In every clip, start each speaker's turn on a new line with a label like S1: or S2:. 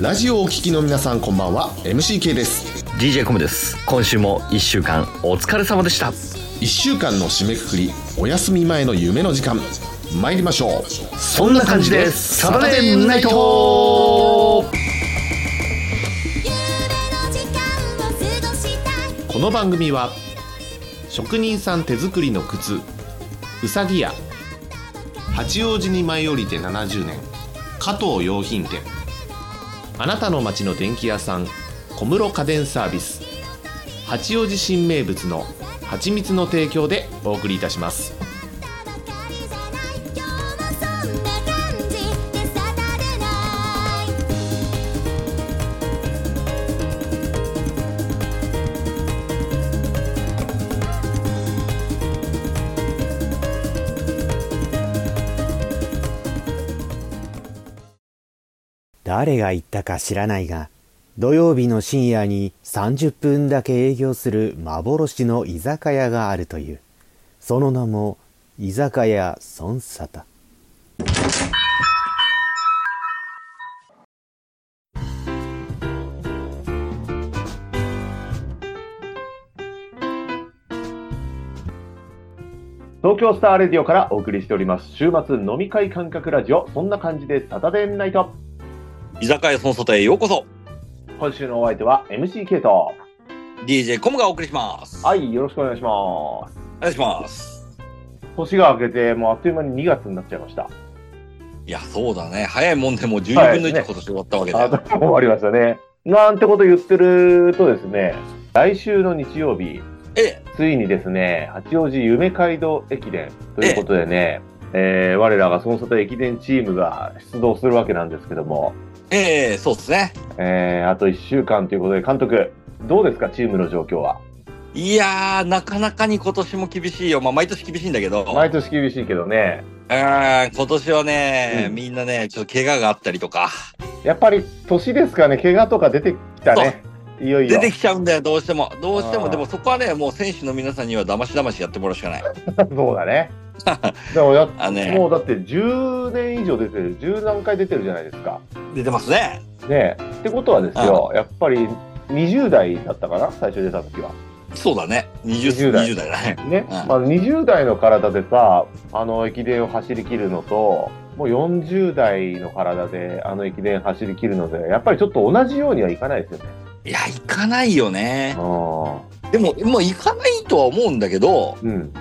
S1: ラジオをお聞きの皆さんこんばんは MCK です
S2: DJ コムです今週も1週間お疲れ様でした
S1: 1週間の締めくくりお休み前の夢の時間参りましょうそんな感じです
S2: サタデーナイト
S3: 夢の時間を過ごしたい
S1: この番組は職人さん手作りの靴うさぎや八王子に舞い降りて70年加藤洋品店あなたの街の電気屋さん小室家電サービス八王子新名物の蜂蜜の提供でお送りいたします
S3: たばかりじゃない今日もそんな感じでサタデーナイト
S4: 誰が言ったか知らないが、土曜日の深夜に30分だけ営業する幻の居酒屋があるという。その名も、居酒屋孫沙汰。
S1: 東京スターレディオからお送りしております週末飲み会感覚ラジオそんな感じでサタデーナイト
S5: 居酒屋その外へようこそ
S1: 今週のお相手は MCK と
S5: DJ コムがお送りしますい
S1: はいよろしくお願いします
S5: お願いします
S1: 年が明けてもうあっという間に2月になっちゃいました
S5: いやそうだね早いもんでもう
S1: は
S5: 12
S1: い
S5: 分の
S1: ね
S5: 1今年終わったわけで、
S1: あどうもありましたね。なんてこと言ってるとですね、来週の日曜日、
S5: ええ
S1: ついにですね、八王子夢街道駅伝ということでね、えー我らがその外駅伝チームが出動するわけなんですけども、
S5: ええそうですね
S1: えーあと1週間ということで、監督、どうですか、チームの状況は。
S5: いやーなかなかに今年も厳しいよまあ毎年厳しいんだけど、
S1: 毎年厳しいけどね、
S5: うーん今年はね、
S1: うん
S5: みんなねちょっと怪我があったりとか
S1: やっぱり年ですかね、怪我とか出てきたね、いよい
S5: 出
S1: よ。
S5: てきちゃうんだよどうしてもどうして
S1: あ
S5: も
S1: ー
S5: でもそこはねもう選手の皆さんにはだましだましやってもらうしかない
S1: そうだ ね。でもやっ
S5: あのね
S1: もうだって10年以上出てる、10何回出てるじゃないですか。
S5: 出てますね
S1: ねえってことはですよ、やっぱり20代だったかな、最初出た時は。
S5: そうだね
S1: 20
S5: 20, 20
S1: 代
S5: 代だね
S1: ね、
S5: ん
S1: まあ、20代の体でさ、あの駅伝を走り切るのと、もう40代の体であの駅伝走り切るので、やっぱりちょっと同じようにはいかないですよね。
S5: いや行かないよね
S1: あ
S5: でももう行かないとは思うんだけど
S1: ーうん、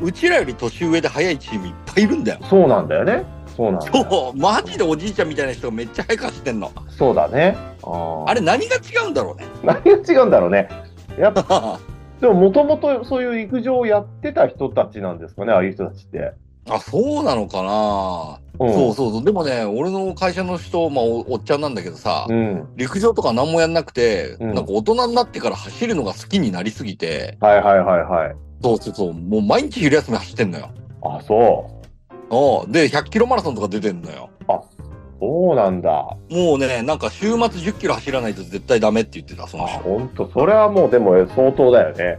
S5: うちらより年上で早いチームいっぱいいるんだよ。
S1: そうなんだよね。そうなんだよ。
S5: そう、マジでおじいちゃんみたいな人がめっちゃ早く走ってんの。
S1: そうだね。あ
S5: あ
S1: れ
S5: れ何が違うんだろうね。
S1: 何が違うんだろうね。やっぱ、でももともとそういう陸上をやってた人たちなんですかね、ああいう人たちって。
S5: あ、そうなのかな、
S1: うん、
S5: そうそうそう。でもね、俺の会社の人、まあおおっちゃんなんだけどさ、
S1: うん。
S5: 陸上とか何もやんなくて、
S1: うん
S5: なんか大人になってから走るのが好きになりすぎて、
S1: はいはいはいはい。
S5: そうそうそう、もう毎日昼休み走ってんのよ。
S1: あ、そう。
S5: おで、100キロマラソンとか出てんのよ。
S1: そうなんだ。
S5: もうね、なんか週末10キロ走らないと絶対ダメって言ってた、その人。
S1: ほんと、それはもうでも相当だよね。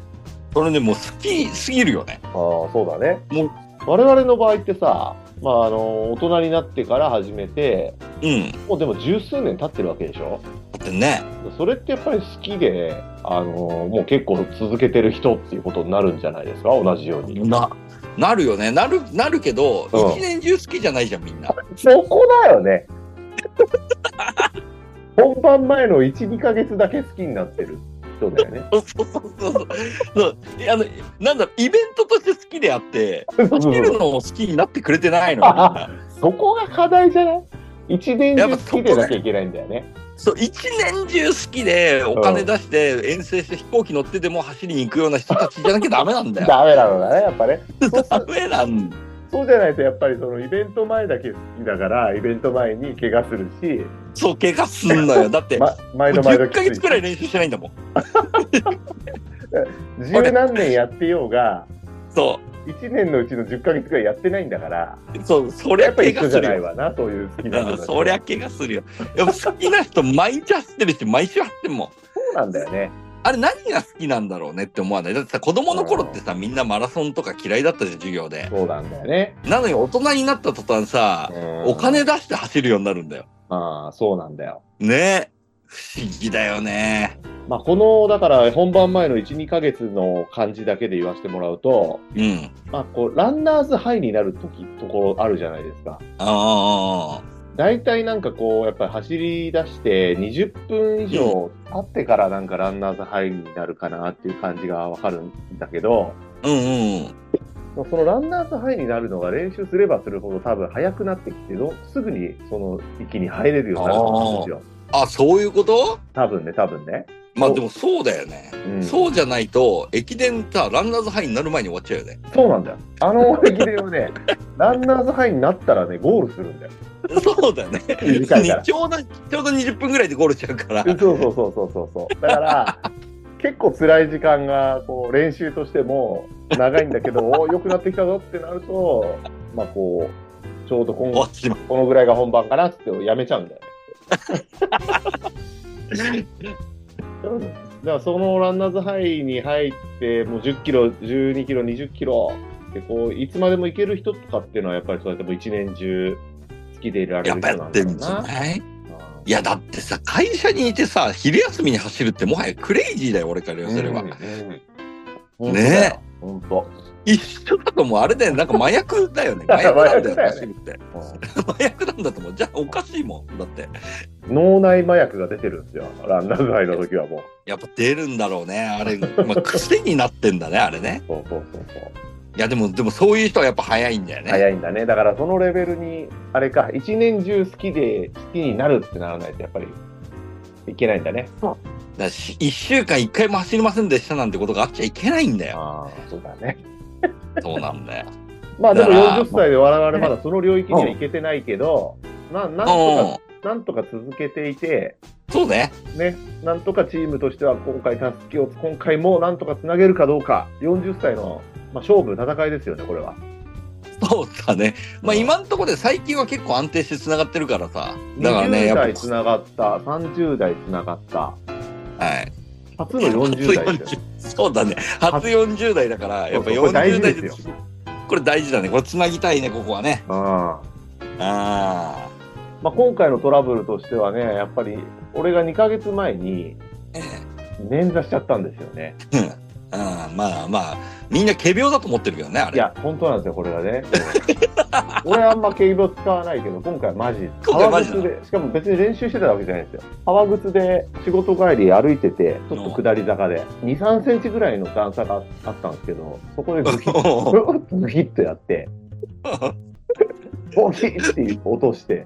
S5: それね、もう好きすぎるよね。
S1: ああ、そうだね。
S5: もう
S1: 我々の場合ってさ、まあ、あの、大人になってから始めて、
S5: うん。
S1: もうでも十数年経ってるわけでしょ
S5: だってね、
S1: それってやっぱり好きで、あの、もう結構続けてる人っていうことになるんじゃないですか同じように。
S5: な、なるよね。なる、なるけど、
S1: うん
S5: 一年中好きじゃないじゃん、みんな。
S1: そこだよね。 本番前の1、2ヶ月だけ好きになってる人だよね。
S5: そうそうそうそう。そういやあの、なんだろう、イベントとして好きであって、走る のも好きになってくれてないのよ。みんな
S1: そこが課題じゃない一年
S5: やっ
S1: 中
S5: ぱ
S1: 好きでなきゃいけないんだよね。
S5: そう、一年中好きで、お金出して、遠征して飛行機乗ってでも走りに行くような人たちじゃなきゃダメなんだよ。
S1: ダメなのだね、やっぱね。そう
S5: ダメなんだ。
S1: そうじゃないと、やっぱりそのイベント前だけ好きだから、イベント前に怪我するし、
S5: そう、怪我すんのよ。だって、
S1: ま、毎
S5: も
S1: 度毎
S5: う
S1: 度
S5: 10
S1: きつ
S5: ヶ
S1: い
S5: 月くらい練習してないんだもん。
S1: 十何年やってようが、
S5: そ
S1: 1年のうちの10ヶ月くらいやってないんだから、
S5: う、そう、そり
S1: や
S5: ゃ
S1: っぱり一緒
S5: 怪我
S1: じ
S5: す
S1: ゃ
S5: る
S1: ない
S5: よ。
S1: わな、そういう好きな
S5: う
S1: の
S5: んそりゃ怪我するよ。やっぱ好きな人、毎日走ってるし、毎週走ってんもん。
S1: そうなんだよね。
S5: あれ何が好きなんだろうねって思わないだってさ子供の頃ってさみんなマラソンとか嫌いだったじゃん授業で
S1: そうなんだよね。
S5: なのに大人になった途端さ
S1: うん
S5: お金出して走るようになるんだよ
S1: ああ、そうなんだよ。
S5: ね不思議だよね。
S1: まあ、この、だから本番前の1、2ヶ月の感じだけで言わせてもらうと、
S5: うん。
S1: まあ、こう、ランナーズハイになるとき、ところあるじゃないですか。
S5: ああ。
S1: 大体なんかこう、やっぱり走り出して20分以上経ってからなんかランナーズハイになるかなっていう感じがわかるんだけど、
S5: うんうん。
S1: そのランナーズハイになるのが練習すればするほど多分早くなってきて、どすぐにその域に入れるようになると思うんですよ。
S5: あ、そういうこと
S1: 多分ね、多分ね。
S5: まあ
S1: そう
S5: でもそうだよね。
S1: うん、
S5: そうじゃないと、駅伝さ、ランナーズハイになる前に終わっちゃうよね。
S1: そうなんだよ。あの駅伝は ね、ランナーズハイになったらね、ゴールするんだよ。
S5: そうだよね。
S1: 短いから
S5: ちょうど、ちょうど20分ぐらいでゴールしちゃうから。
S1: そうそうそうそうそうそう。だから、結構辛い時間が、こう、練習としても長いんだ けど、お良くなってきたぞってなると、まあこう、ちょうど今
S5: 終わ
S1: 後、
S5: ってしまう。
S1: このぐらいが本番かなっつってやめちゃうんだよね。だからそのランナーズハイに入って、もう10キロ、12キロ、20キロでこういつまでも行ける人とかっていうのは、やっぱりそうやってもう一年中好きでいられ
S5: や
S1: る
S5: っ
S1: 人
S5: ぱ
S1: な
S5: や
S1: んだろうな。
S5: ってるんじゃない
S1: うん
S5: いや、だってさ、会社にいてさ、昼休みに走るってもはやクレイジーだよ、俺から言わせれば。
S1: うんうん
S5: ねえ
S1: 本当
S5: 一緒だともうあれだよね、なんか麻薬だよね。麻薬なんだ
S1: 麻
S5: よ、
S1: 薬だよね
S5: 走るって。麻薬なんだと思う。じゃあおかしいもん。だって。
S1: 脳内麻薬が出てるんですよ、ランナー街の時はもう。
S5: やっぱ出るんだろうね。あれ、まあ、癖になってんだね、あれね。
S1: そうそうそうそう。
S5: いや、でも、でもそういう人はやっぱ早いんだよね。
S1: 早いんだね。だからそのレベルに、あれか、一年中好きで、好きになるってならないと、やっぱり、いけないんだね。
S5: だし、1週間1回も走りませんでしたなんてことがあっちゃいけないん だよ。
S1: ああ、そうだね。
S5: そうなんだよ。
S1: まあでも
S5: だから
S1: 40歳で我々まだその領域には行けてないけど、ななんと
S5: う
S1: か、なんとか続けていて、
S5: ん。そうね。
S1: ね、なんとかチームとしては今回、たすきを今回もなんとかつなげるかどうか、40歳の、まあ、勝負、戦いですよね、これは。
S5: そうだね。まあ今のところで最近は結構安定して繋がってるからさ。だからね、
S1: 20
S5: やっぱ。は
S1: 代つながった、30代つながった、
S5: い。
S1: 初の40代ですよ。
S5: 初40そうだね。初40代だから、やっ
S1: そ
S5: ぱ
S1: うそうこれ大
S5: 40
S1: 事
S5: 代
S1: で
S5: ですすこれ大事だね。これ繋ぎたいね、ここはね。
S1: うん
S5: あ
S1: まあ、今回のトラブルとしてはね、やっぱり俺が2ヶ月前に
S5: あ。え
S1: 捻挫しちゃったんですよね。
S5: え。うん。うんまあまあ、みんな仮病だと思ってるけどね、あ
S1: い
S5: れ。
S1: や、本当なんですよ、これがね。 俺あんま軽量使わないけど、今回マジ。
S5: 今回マジな
S1: 革靴で、しかも別に練習してたわけじゃないんですよ。革靴で仕事帰り歩いてて、ちょっと下り坂で、2、3センチぐらいの段差があったんですけど、そこでグキ ッ、グキッとやって、ボキッって落として、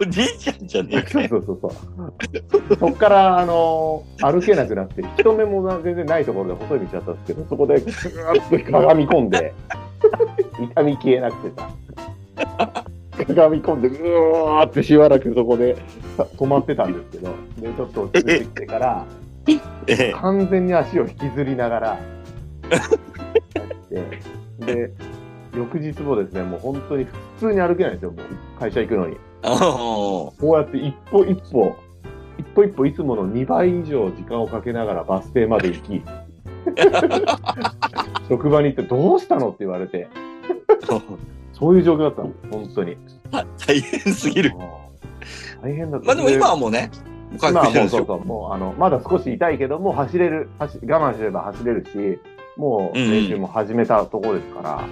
S5: おじいちゃんじゃねえか
S1: そうそうそうそう。そっから、あの歩けなくなって、人目もな全然ないところで細い道だったんですけど、そこでぐーっとかがみ込んで、痛み消えなくてさ、かがみ込んで、ぐわーってしばらくそこでさ止まってたんですけど、で、ちょっと落ち着いてきてから、
S5: ええ。
S1: 完全に足を引きずりながら、やって、で、翌日もですね、もう本当に普通に歩けないんですよ、もう会社行くのに。
S5: お
S1: こうやって一歩一歩、一歩一歩いつもの2倍以上時間をかけながらバス停まで行き、 職場に行ってどうしたのって言われて、
S5: ー
S1: そういう状況だったの、本当に。
S5: 大変すぎる。
S1: 大変だった。
S5: まあでも今はもうね、回
S1: 今は
S5: 復して
S1: も
S5: る
S1: う
S5: でし
S1: そう
S5: ょ。
S1: そう、もうあの、まだ少し痛いけど、もう走れる、走我慢すれば走れるし、もう
S5: うんうん
S1: 練習も始めたところですから、
S5: あ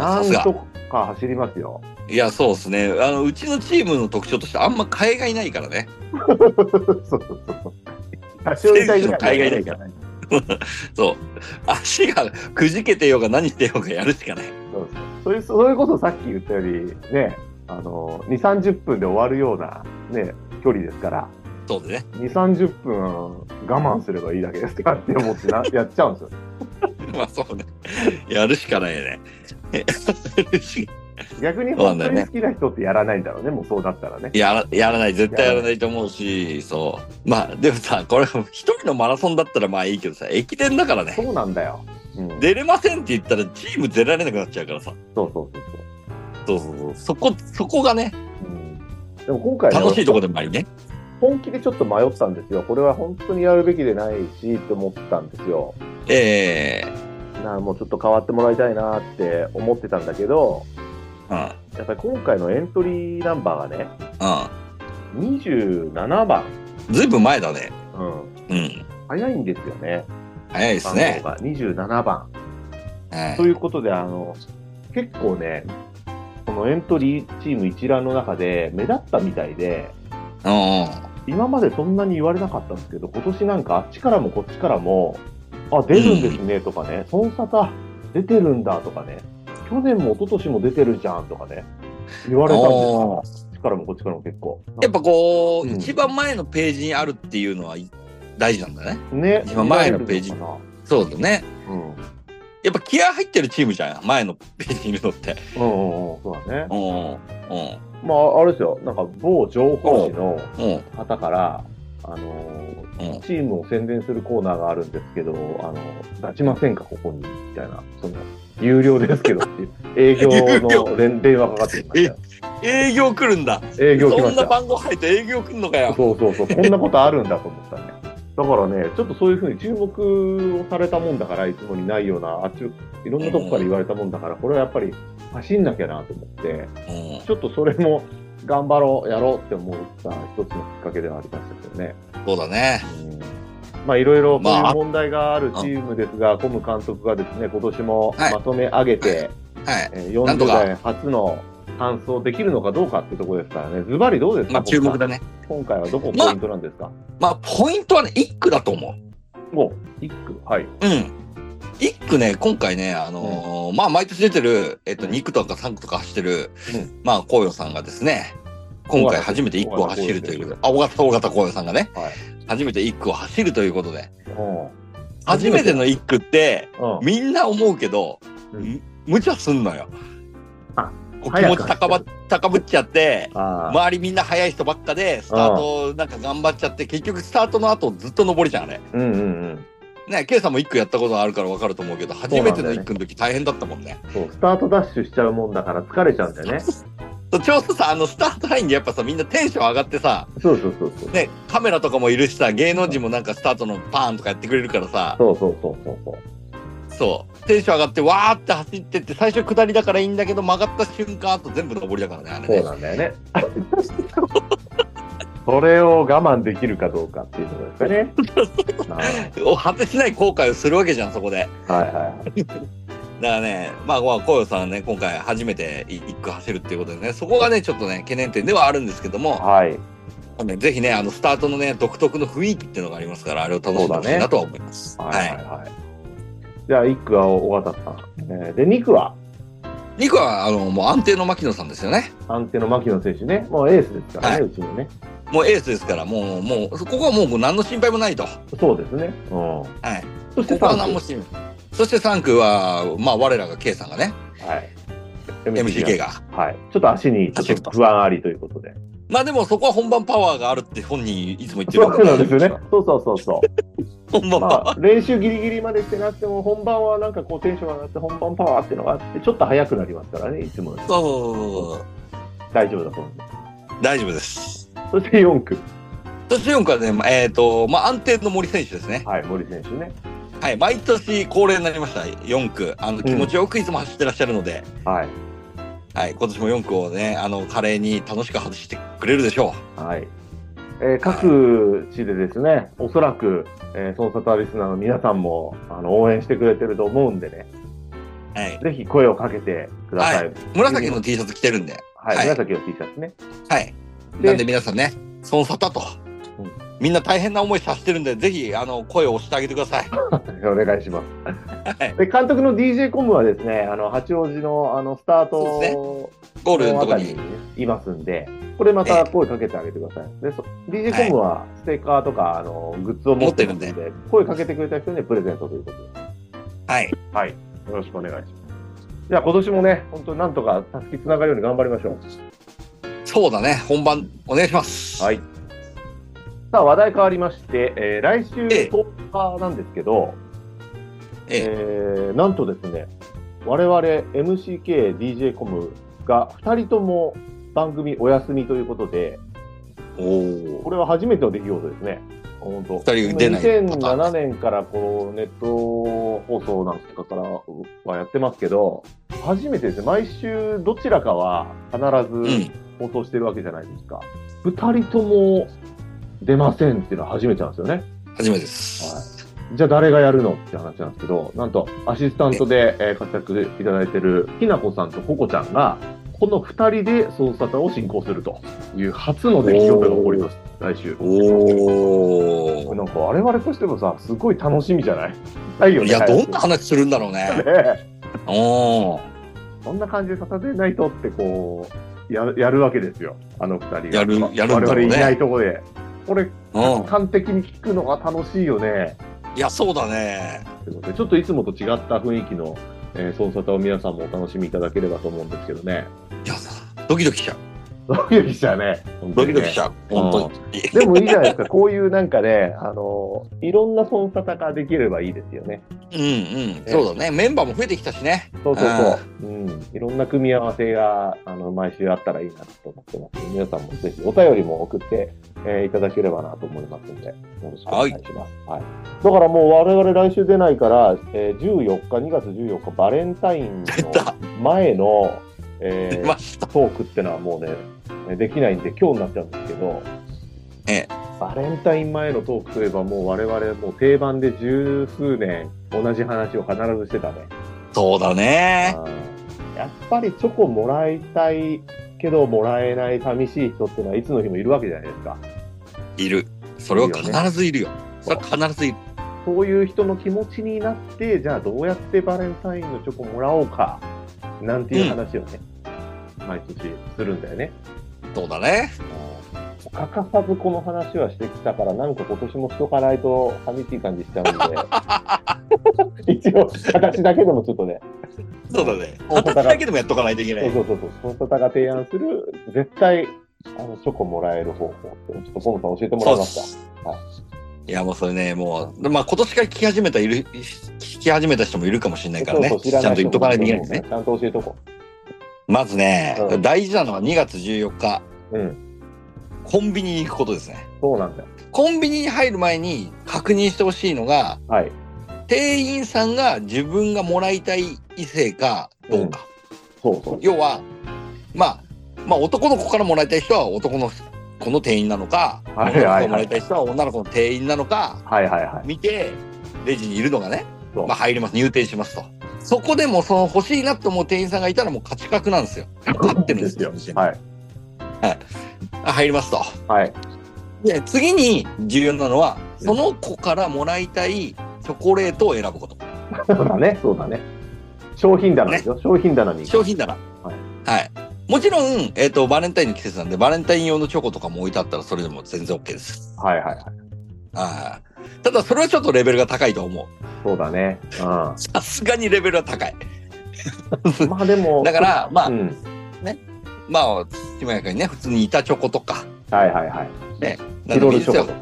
S5: あ、さす
S1: なん
S5: が
S1: と。か走りますよ。
S5: いや、そうですね。あの、うちのチームの特徴としてあんま替えがいないからね。
S1: そうそうそう。多少痛いぐらい。
S5: 選手の海外だからそう。 足がくじけてようが何してようがやるしかない。
S1: そうですそれそれこそさっき言ったよりねあの2 3 0分で終わるような、ね、距離ですから
S5: そうでね。
S1: 2 3 0分我慢すればいいだけですからって思って なやっちゃうんですよ
S5: まあそうね。やるしかないよね。 やるし
S1: 逆に
S5: そうな
S1: 本
S5: んだ
S1: 当
S5: よね
S1: に好きな人ってやらないんだろうねもうそうだったらね
S5: やらやらない、絶対やらないと思うし、そう。まあでもさ、これ、一人のマラソンだったらまあいいけどさ、駅伝だからね。
S1: そうなんだよ、うん、
S5: 出れませんって言ったらチーム出られなくなっちゃうからさ。
S1: そうそうそう
S5: そうそうそう。そこ、そこがね、
S1: そう、うん、でも今回、ね、
S5: 楽しいとこでもありね。
S1: 本気でちょっと迷ったんですよこれは本当にやるべきでないしって思ったんですよ
S5: ええ
S1: なあもうちょっと変わってもらいたいなって思ってたんだけどやっぱり今回のエントリーナンバーがね
S5: うん。
S1: 27番。
S5: ずいぶん前だね。
S1: うん。
S5: うん。
S1: 早いんですよね。
S5: 早いですね。
S1: 番号が27番。
S5: はい
S1: ということで、あの、結構ね、このエントリーチーム一覧の中で目立ったみたいで、
S5: う
S1: 今までそんなに言われなかったんですけど、今年なんかあっちからもこっちからも、あ、出るんですねとかね、そんさた出てるんだとかね、去年も一昨年も出てるじゃんとかね、言われたんですよ。あ
S5: お
S1: っちからもこっちからも結構。
S5: ん。やっぱこ
S1: う
S5: う、
S1: ん
S5: 一番前のページにあるっていうのはい大事なんだね。
S1: ね、
S5: 今前のページ
S1: 見られて
S5: そうだね。
S1: るのかなうん。
S5: やっぱ気合入ってるチームじゃん。前のページにいるのって。
S1: うんうんうん、そうだね。
S5: うん。うん。
S1: まあ、あれですよ、なんか某情報誌の
S5: うん。
S1: 方から、あのー
S5: うん
S1: チームを宣伝するコーナーがあるんですけど、あの立ちませんか、ここに、みたいな、その、有料ですけどっていう、営業の連電話かかってきましたよ。
S5: 営業来るんだ。
S1: 営業来
S5: そ
S1: ま
S5: ん
S1: し
S5: な
S1: た。
S5: 番号入って営業来んのかよ。
S1: そうそうそう、こんなことあるんだと思ったね。だからね、ちょっとそういうふうに注目をされたもんだから、いつもにないような、あっち、いろんなとこから言われたもんだから、これはやっぱり走んなきゃなと思って、
S5: うん。
S1: ちょっとそれも頑張ろう、やろうって思った一つのきっかけではありましたけどね。
S5: そうだね。
S1: まあいろいろこうい
S5: まあ
S1: う問題があるチームですが、コム監督がですね、今年も
S5: はい
S1: まとめ上げて、
S5: はい。
S1: えー
S5: なんと
S1: 40
S5: か
S1: 代初の完走できるのかどうかってところですからね、ズバリどうですか、
S5: まあ注
S1: 僕
S5: 目
S1: さ
S5: だ
S1: ん
S5: ね。
S1: 今回はどこ
S5: まあ
S1: ポイントなんですか、
S5: まあポイントはね、一区だと思う。
S1: もう一区、はい。
S5: うん。一区ね、今回ね、あのーまあ、毎年出てる、えっと、2区とか3区とか走ってる、
S1: うん
S5: まあ、紅葉さんがですね、今回初めて一区を走るということで、あ、尾形、尾形紅葉さんがね、
S1: はい
S5: 初めて一区を走るということで、
S1: うん
S5: 初めての一区って、
S1: うん
S5: みんな思うけど、
S1: うん
S5: む無茶すんのよ。
S1: あ
S5: こう気
S1: 早
S5: 持
S1: く
S5: ち高ま高ぶっちゃって、
S1: あー
S5: 周りみんな速い人ばっかで、スタートなんか頑張っちゃって、結局スタートの後ずっと上りじゃん、あれ。
S1: うんうん
S5: ね、ケイさんも一区やったことあるから分かると思うけど、初めての一区の時大変だったもんね。
S1: うん。そう、スタートダッシュしちゃうもんだから疲れちゃうんだよね。
S5: そうちょうどさ、あのスタートラインでやっぱさ、みんなテンション上がってさ、
S1: そうそうそうそう。
S5: ね、カメラとかもいるしさ、芸能人もなんかスタートのパーンとかやってくれるからさ、
S1: そうそうそうそうそう。
S5: そう、テンション上がってわーって走ってって、最初下りだからいいんだけど、曲がった瞬間、あと全部上りだからね、あれ
S1: そうな
S5: ね。
S1: んだよね。 それを我慢できるかどうかっていうところですかね。
S5: を果てしない後悔をするわけじゃん、そこで。
S1: はいはいはい。
S5: だからね、まあ、まあ、紅葉さんはね、今回初めて一区走るっていうことでね、そこがね、ちょっとね、懸念点ではあるんですけども、
S1: はい。
S5: ね、ぜひね、あのスタートのね、独特の雰囲気っていうのがありますから、あれを楽しんでほしいなとは思います。
S1: は
S5: はい
S1: はい
S5: い。
S1: はい。じゃあ、1区は尾形さん。えーで、2区は
S5: 二区は、あの、もう安定の牧野さんですよね。
S1: 安定の牧野選手ね。もうエースですからね、
S5: はいう
S1: ちのね。
S5: もうエースですから、もう、もう、ここはもう何の心配もないと。は
S1: そうですね。うん。
S5: い。
S1: そして
S5: ここは何
S1: 3
S5: も心配。そして三区は、まあ、我らが K さんがね、
S1: 区。はい。
S5: MCK が。
S1: はい。ちょっと足にちょっと不安ありということで。
S5: まあでも、そこは本番パワーがあるって本人いつも言って
S1: そ
S5: る
S1: う
S5: か
S1: なん
S5: ら、
S1: ですよね。そうそうそうそう。
S5: 本番パワ ー。
S1: まあ、練習ギリギリまでしてなくても、本番はなんかこうテンション上がって、本番パワーっていうのがあって、ちょっと速くなりますからね、いつもより
S5: そうそうそうそう
S1: 大丈夫だと思いま
S5: 大丈夫です。
S1: す。そして4区、
S5: そして四区はね、まあえっ、と、まあ、安定の森選手ですね。
S1: はい、森選手ね。
S5: はい。毎年恒例になりました、四区。あの、気持ちよくいつも走ってらっしゃるので、
S1: はい。
S5: はい、今年も4区をね、あの、華麗に楽しく外してくれるでしょ
S1: はい。えー各地でですね、おそらく、えー、そのサタリスナーの皆さんもあの応援してくれてると思うんでね、
S5: う。はい。
S1: ぜひ声をかけてください。
S5: 紫の T シャツ着てるんで。
S1: はい、
S5: はい
S1: 紫の T シャツね。
S5: はい。
S1: で
S5: なんで皆さんね、その沙汰と
S1: うん。
S5: みんな大変な思いさせてるんで、ぜひ、あの、声を押してあげてください。
S1: お願いします。
S5: はい。
S1: で、監督の DJ コムはですね、あの、八王子のあのスター
S5: そうです
S1: ト、
S5: ゴールの
S1: あ
S5: とこ
S1: た
S5: に
S1: り。いますんで、これまた声かけてあげてください。で、そ DJ コムはステッカーとか、あのグッズを持ってるんで
S5: 持っ
S1: 声かけてくれた人にはプレゼントということで。
S5: はい。
S1: はい。よろしくお願いします。じゃあ今年もね、本当になんとかたすきつながるように頑張りましょ
S5: そうだね、本番、お願いします。
S1: う。はい。さあ、話題変わりまして、えー来週
S5: ええ
S1: 10日なんですけど、
S5: ええ
S1: えーなんとですね、我々 MCK、DJ コムが2人とも番組お休みということで、
S5: お
S1: これは初めての出来事ですね。本当。
S5: 二人出ない
S1: 2007年からこうネット放送なんとかからはやってますけど、初めてですね。毎週どちらかは必
S5: うん。
S1: 放送してるわけじゃないですか。二人とも出ませんっていうのは初めてなんですよね。
S5: 初めてです。
S1: じゃあ誰がやるのって話なんですけど、なんとアシスタントでえー活躍いただいてるきなこさんとここちゃんが、この二人で捜査隊を進行するという初の出来事が起こります、来週。
S5: お
S1: なんか我々としてもさ、すごい楽しみじゃないないよ
S5: お。
S1: ね。
S5: いや、どん
S1: ね
S5: な 話するんだろうね。
S1: え
S5: おお。
S1: そんな感じでサタデーナイトってこう、ややるわけですよ。あの二人が。
S5: やるやるんだろうね
S1: 我々いないとこで。これ、
S5: うん。
S1: 端的に聞くのが楽しいよね。
S5: いや、そうだね。
S1: ということでちょっといつもと違った雰囲気の、えー、ソンサタを皆さんもお楽しみいただければと思うんですけどね。
S5: いや、ドキドキしちゃう。
S1: ドキドキしちゃうね。本当
S5: ド
S1: に
S5: キ
S1: ね
S5: ドキしちゃう。本当に。
S1: でもいいじゃないですか。こういうなんかね、あのいろんなソンサタができればいいですよね。
S5: うんうん。そうだね。メンバーも増えてきたしね。
S1: そうそうそう。うん。いろんな組み合わせが、あの、毎週あったらいいなと思ってます。皆さんもぜひお便りも送って、えーいただければなと思いますので、よろしくお願いします。はい。だからもう我々来週出ないから、えー14日、2月14日、バレンタインの
S5: た
S1: 前 の、え
S5: 出
S1: ー
S5: ました。
S1: トークってのはもうね、えできないんで今日になっちゃうんですけど、
S5: ええ
S1: バレンタイン前のトークといえばもう我々もう定番で十数年同じ話を必ずしてたね。
S5: そうだね。
S1: うんやっぱりチョコもらいたいけどもらえない寂しい人ってのはいつの日もいるわけじゃないですか。
S5: いる。それは必ずいるよ。それは必ずいる。
S1: そういう人の気持ちになって、じゃあどうやってバレンタインのチョコもらおうか、なんていう話をね、毎年するんだよね。
S5: そうだね。
S1: うん欠かさずこの話はしてきたから、なんか今年もしとかないと寂しい感じしちゃうんで、一応、形だけでもちょっとね、
S5: そうだね。形だけでもやっとかないといけない。
S1: そうそうそうそう、その方が提案する、絶対、あの、チョコもらえる方法って、ちょっとポンさん教えてもら
S5: そ
S1: え
S5: うで
S1: ますか
S5: す。いや、もうそれね、もう、まあ今年から聞き始めたいる、聞き始めた人もいるかもしれないからね。
S1: そうそう知
S5: ち
S1: ら
S5: ゃん
S1: ない
S5: と言っとかないといけないですね。
S1: ちゃんと教えとこ
S5: まずね、
S1: うん
S5: 大事なのは2月14日、
S1: う。うん。
S5: コンビニに行くことですね。
S1: そうなんだよ。
S5: コンビニに入る前に確認してほしいのが、
S1: はい。
S5: 店員さんが自分がもらいたい異性かどうか。
S1: そうそう。
S5: 要は、まあ、まあ男の子からもらいたい人は男の子の店員なのか、
S1: はいはいはい
S5: 女の子からもらいたい人は女の子の店員なのか、
S1: はいはいはい。
S5: 見て、レジにいるのがね、
S1: そう
S5: まあ入ります、入店しますと。そこでもその欲しいなと思う店員さんがいたらもう価値格なんですよ。立ってるんですよ。店に
S1: はい。
S5: あ入りますと。
S1: はい。
S5: で、次に重要なのは、その子からもらいたいチョコレートを選ぶこと。
S1: そうだね。そうだね。商品棚ですよ。商品棚に。
S5: 商品棚。
S1: は
S5: はいい。もちろん、えっ、と、バレンタインの季節なんで、バレンタイン用のチョコとかも置いてあったら、それでも全然 OK です。
S1: はいはいはい。
S5: はい。ただ、それはちょっとレベルが高いと思う。
S1: そうだね。う
S5: さすがにレベルは 高い。
S1: ん。まあでも。
S5: だから、まあ、
S1: うん。
S5: まあ、月やかにね、普通に板チョコとか、
S1: はいはいはい。
S5: な
S1: チロ
S5: んでもい
S1: ル
S5: いですよ
S1: チョ。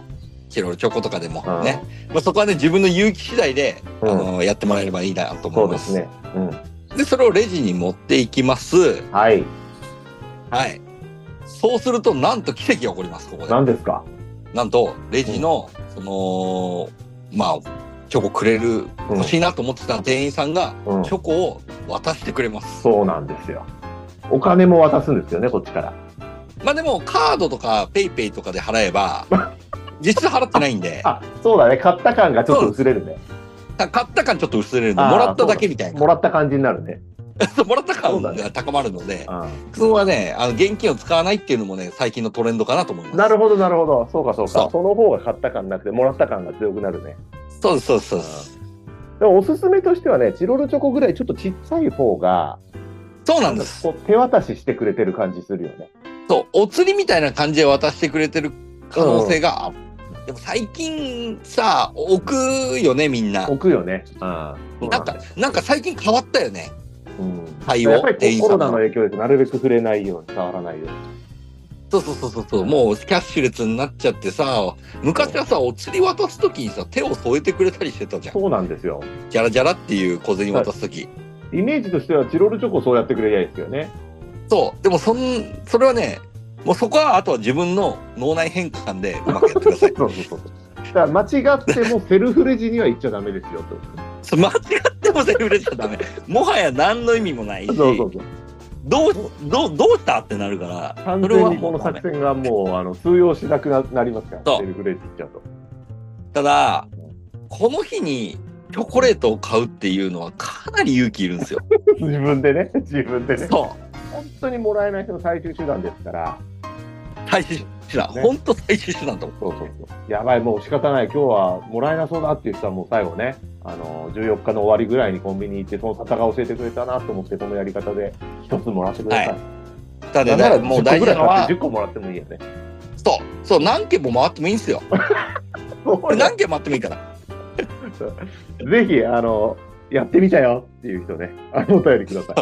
S5: チロルチョコとかでも
S1: うん
S5: ね。まあ、そこはね、自分の勇気次第で、
S1: うん
S5: あのやってもらえればいいなと
S1: そ
S5: 思いう
S1: で
S5: ますす。
S1: ね。うん。
S5: で、それをレジに持っていきます。
S1: はい。
S5: はい。そうすると、なんと奇跡が起こります、ここで。
S1: 何ですか
S5: なんと、レジの、その、まあ、チョコくれる、
S1: うん
S5: 欲しいなと思ってた店員さんが、
S1: うん
S5: チ。ョコを渡してくれます。
S1: そうなんですよ。お金も渡すんですよね、こっちから。
S5: まあでも、カードとか、ペイペイとかで払えば、実質払ってないんで、
S1: あ、そうだね。買った感がちょっと薄れるね。
S5: 買った感ちょっと薄れるんで、
S1: あー
S5: もらっただけみたいな。
S1: もらった感じになるね。
S5: もらった感
S1: そうだ
S5: が高まるので、
S1: う
S5: そこはね、あの、現金を使わないっていうのもね、最近のトレンドかなと思います。
S1: ん。なるほど、なるほど。そうか、そう
S5: そ
S1: か。
S5: う
S1: その方が買った感なくて、もらった感が強くなるね。
S5: そうです、そうですそうです。
S1: でもおすすめとしてはね、チロルチョコぐらいちょっとちっちゃい方が、
S5: そうなんです。
S1: こう手渡ししてくれてる感じするよね。
S5: そう、お釣りみたいな感じで渡してくれてる可能性が、あでも最近さ、置くよね、みんな。
S1: 置くよね。うん
S5: なんか、なんか最近変わったよね。
S1: うん。
S5: 対応
S1: やっぱりこ
S5: 店員
S1: う
S5: さ
S1: コロ
S5: んの
S1: ナの影響でなるべく触れないように、触らないように。
S5: そうそうそうそうそう。もうキャッシュレスになっちゃってさ、昔はさ、お釣り渡すときにさ、手を添えてくれたりしてたじゃん。
S1: そうなんですよ。
S5: じゃらじゃらっていう小銭渡すとき。
S1: イメージとしては、チロルチョコそうやってくれりゃいいですよね。。
S5: そう。でもそん、それはね、もうそこはあとは自分の脳内変換でうまくやってください
S1: そうそうそう。だから間違ってもセルフレジには行っちゃダメですよってことね。
S5: そう間違ってもセルフレジじゃダメ。もはや何の意味もないし。
S1: そうそうそう。
S5: どう、どう、どうしたってなるから、
S1: 完
S5: それ
S1: 全
S5: は
S1: に
S5: も
S1: こ
S5: う
S1: の
S5: ダメ
S1: 作戦がもうあの通用しなくななりますから、
S5: そう
S1: セルフレジ行っちゃうと。
S5: ただ、この日にチョコレートを買うっていうのはかなり勇気いるんです よ。
S1: 自分でね、自分でね。
S5: そ
S1: 本当にもらえない人の最終手段ですから、
S5: う。最終手段。
S1: ね
S5: ほんと最終手段と
S1: そ
S5: 思う。
S1: うそうそう。やばい、もう仕方ない、今日はもらえなそうだっていう人はもう最後ね、あの、14日の終わりぐらいにコンビニ行って、その方が教えてくれたなと思って、そのやり方で一つもらってください。
S5: はただ
S1: なんな
S5: ね、
S1: ら
S5: も
S1: 10
S5: う
S1: 個
S5: 大
S1: ぐ
S5: 事
S1: ら
S5: ないの
S1: 買っ
S5: は
S1: て、10個もらってもいいよね。
S5: そう、そう、何件も回ってもいいんですよ。これ何件回ってもいいから。
S1: ぜひ、あの、やってみたよっていう人ね、 あのお便りください。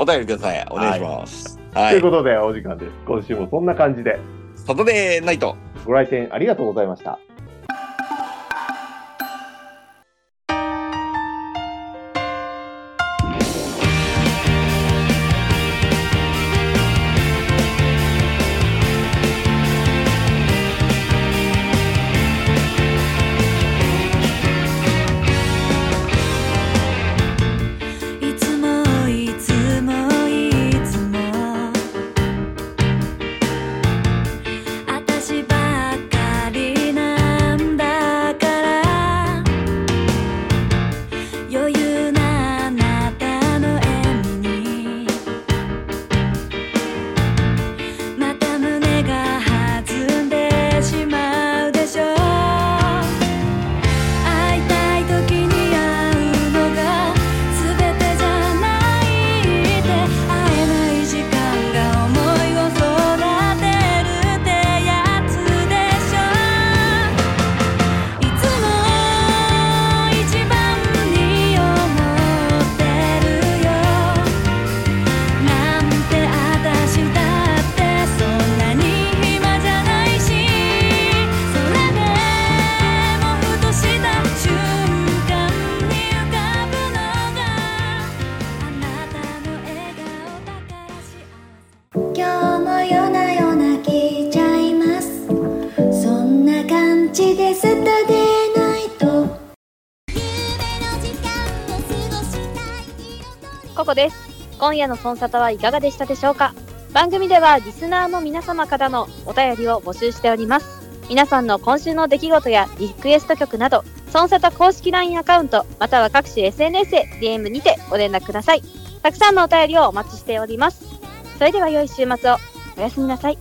S5: お便りください。お願いします。
S1: と。
S5: はいいう
S1: ことで、お時間です。今週もそんな感じで、
S5: サタデーナイト。
S1: ご来店ありがとうございました。
S6: 「いつもいつもいつも」「あたしばっかりなんだから」「余裕なあなたの笑みに」「また胸が弾んでしまうでしょう」会いたい時に会うのが全てじゃないって会えない時間が思いを育てるってやつでしょいつも一番に思ってるよなんてあたしたってそんなに暇じゃないしそれでもふとした瞬間に浮かぶのがあなたの笑顔だから幸せ今日も夜な夜な聞いちゃいますそんな感じでスタデーナイト
S3: の時間を過ごしたい
S7: ここです。今夜のコンサートはいかがでしたでしょうか番組ではリスナーの皆様からのお便りを募集しております。皆さんの今週の出来事やリクエスト曲など、ソンサタ公式 LINE アカウント、または各種 SNS へ DM にてご連絡ください。たくさんのお便りをお待ちしております。それでは良い週末を。おやすみなさい。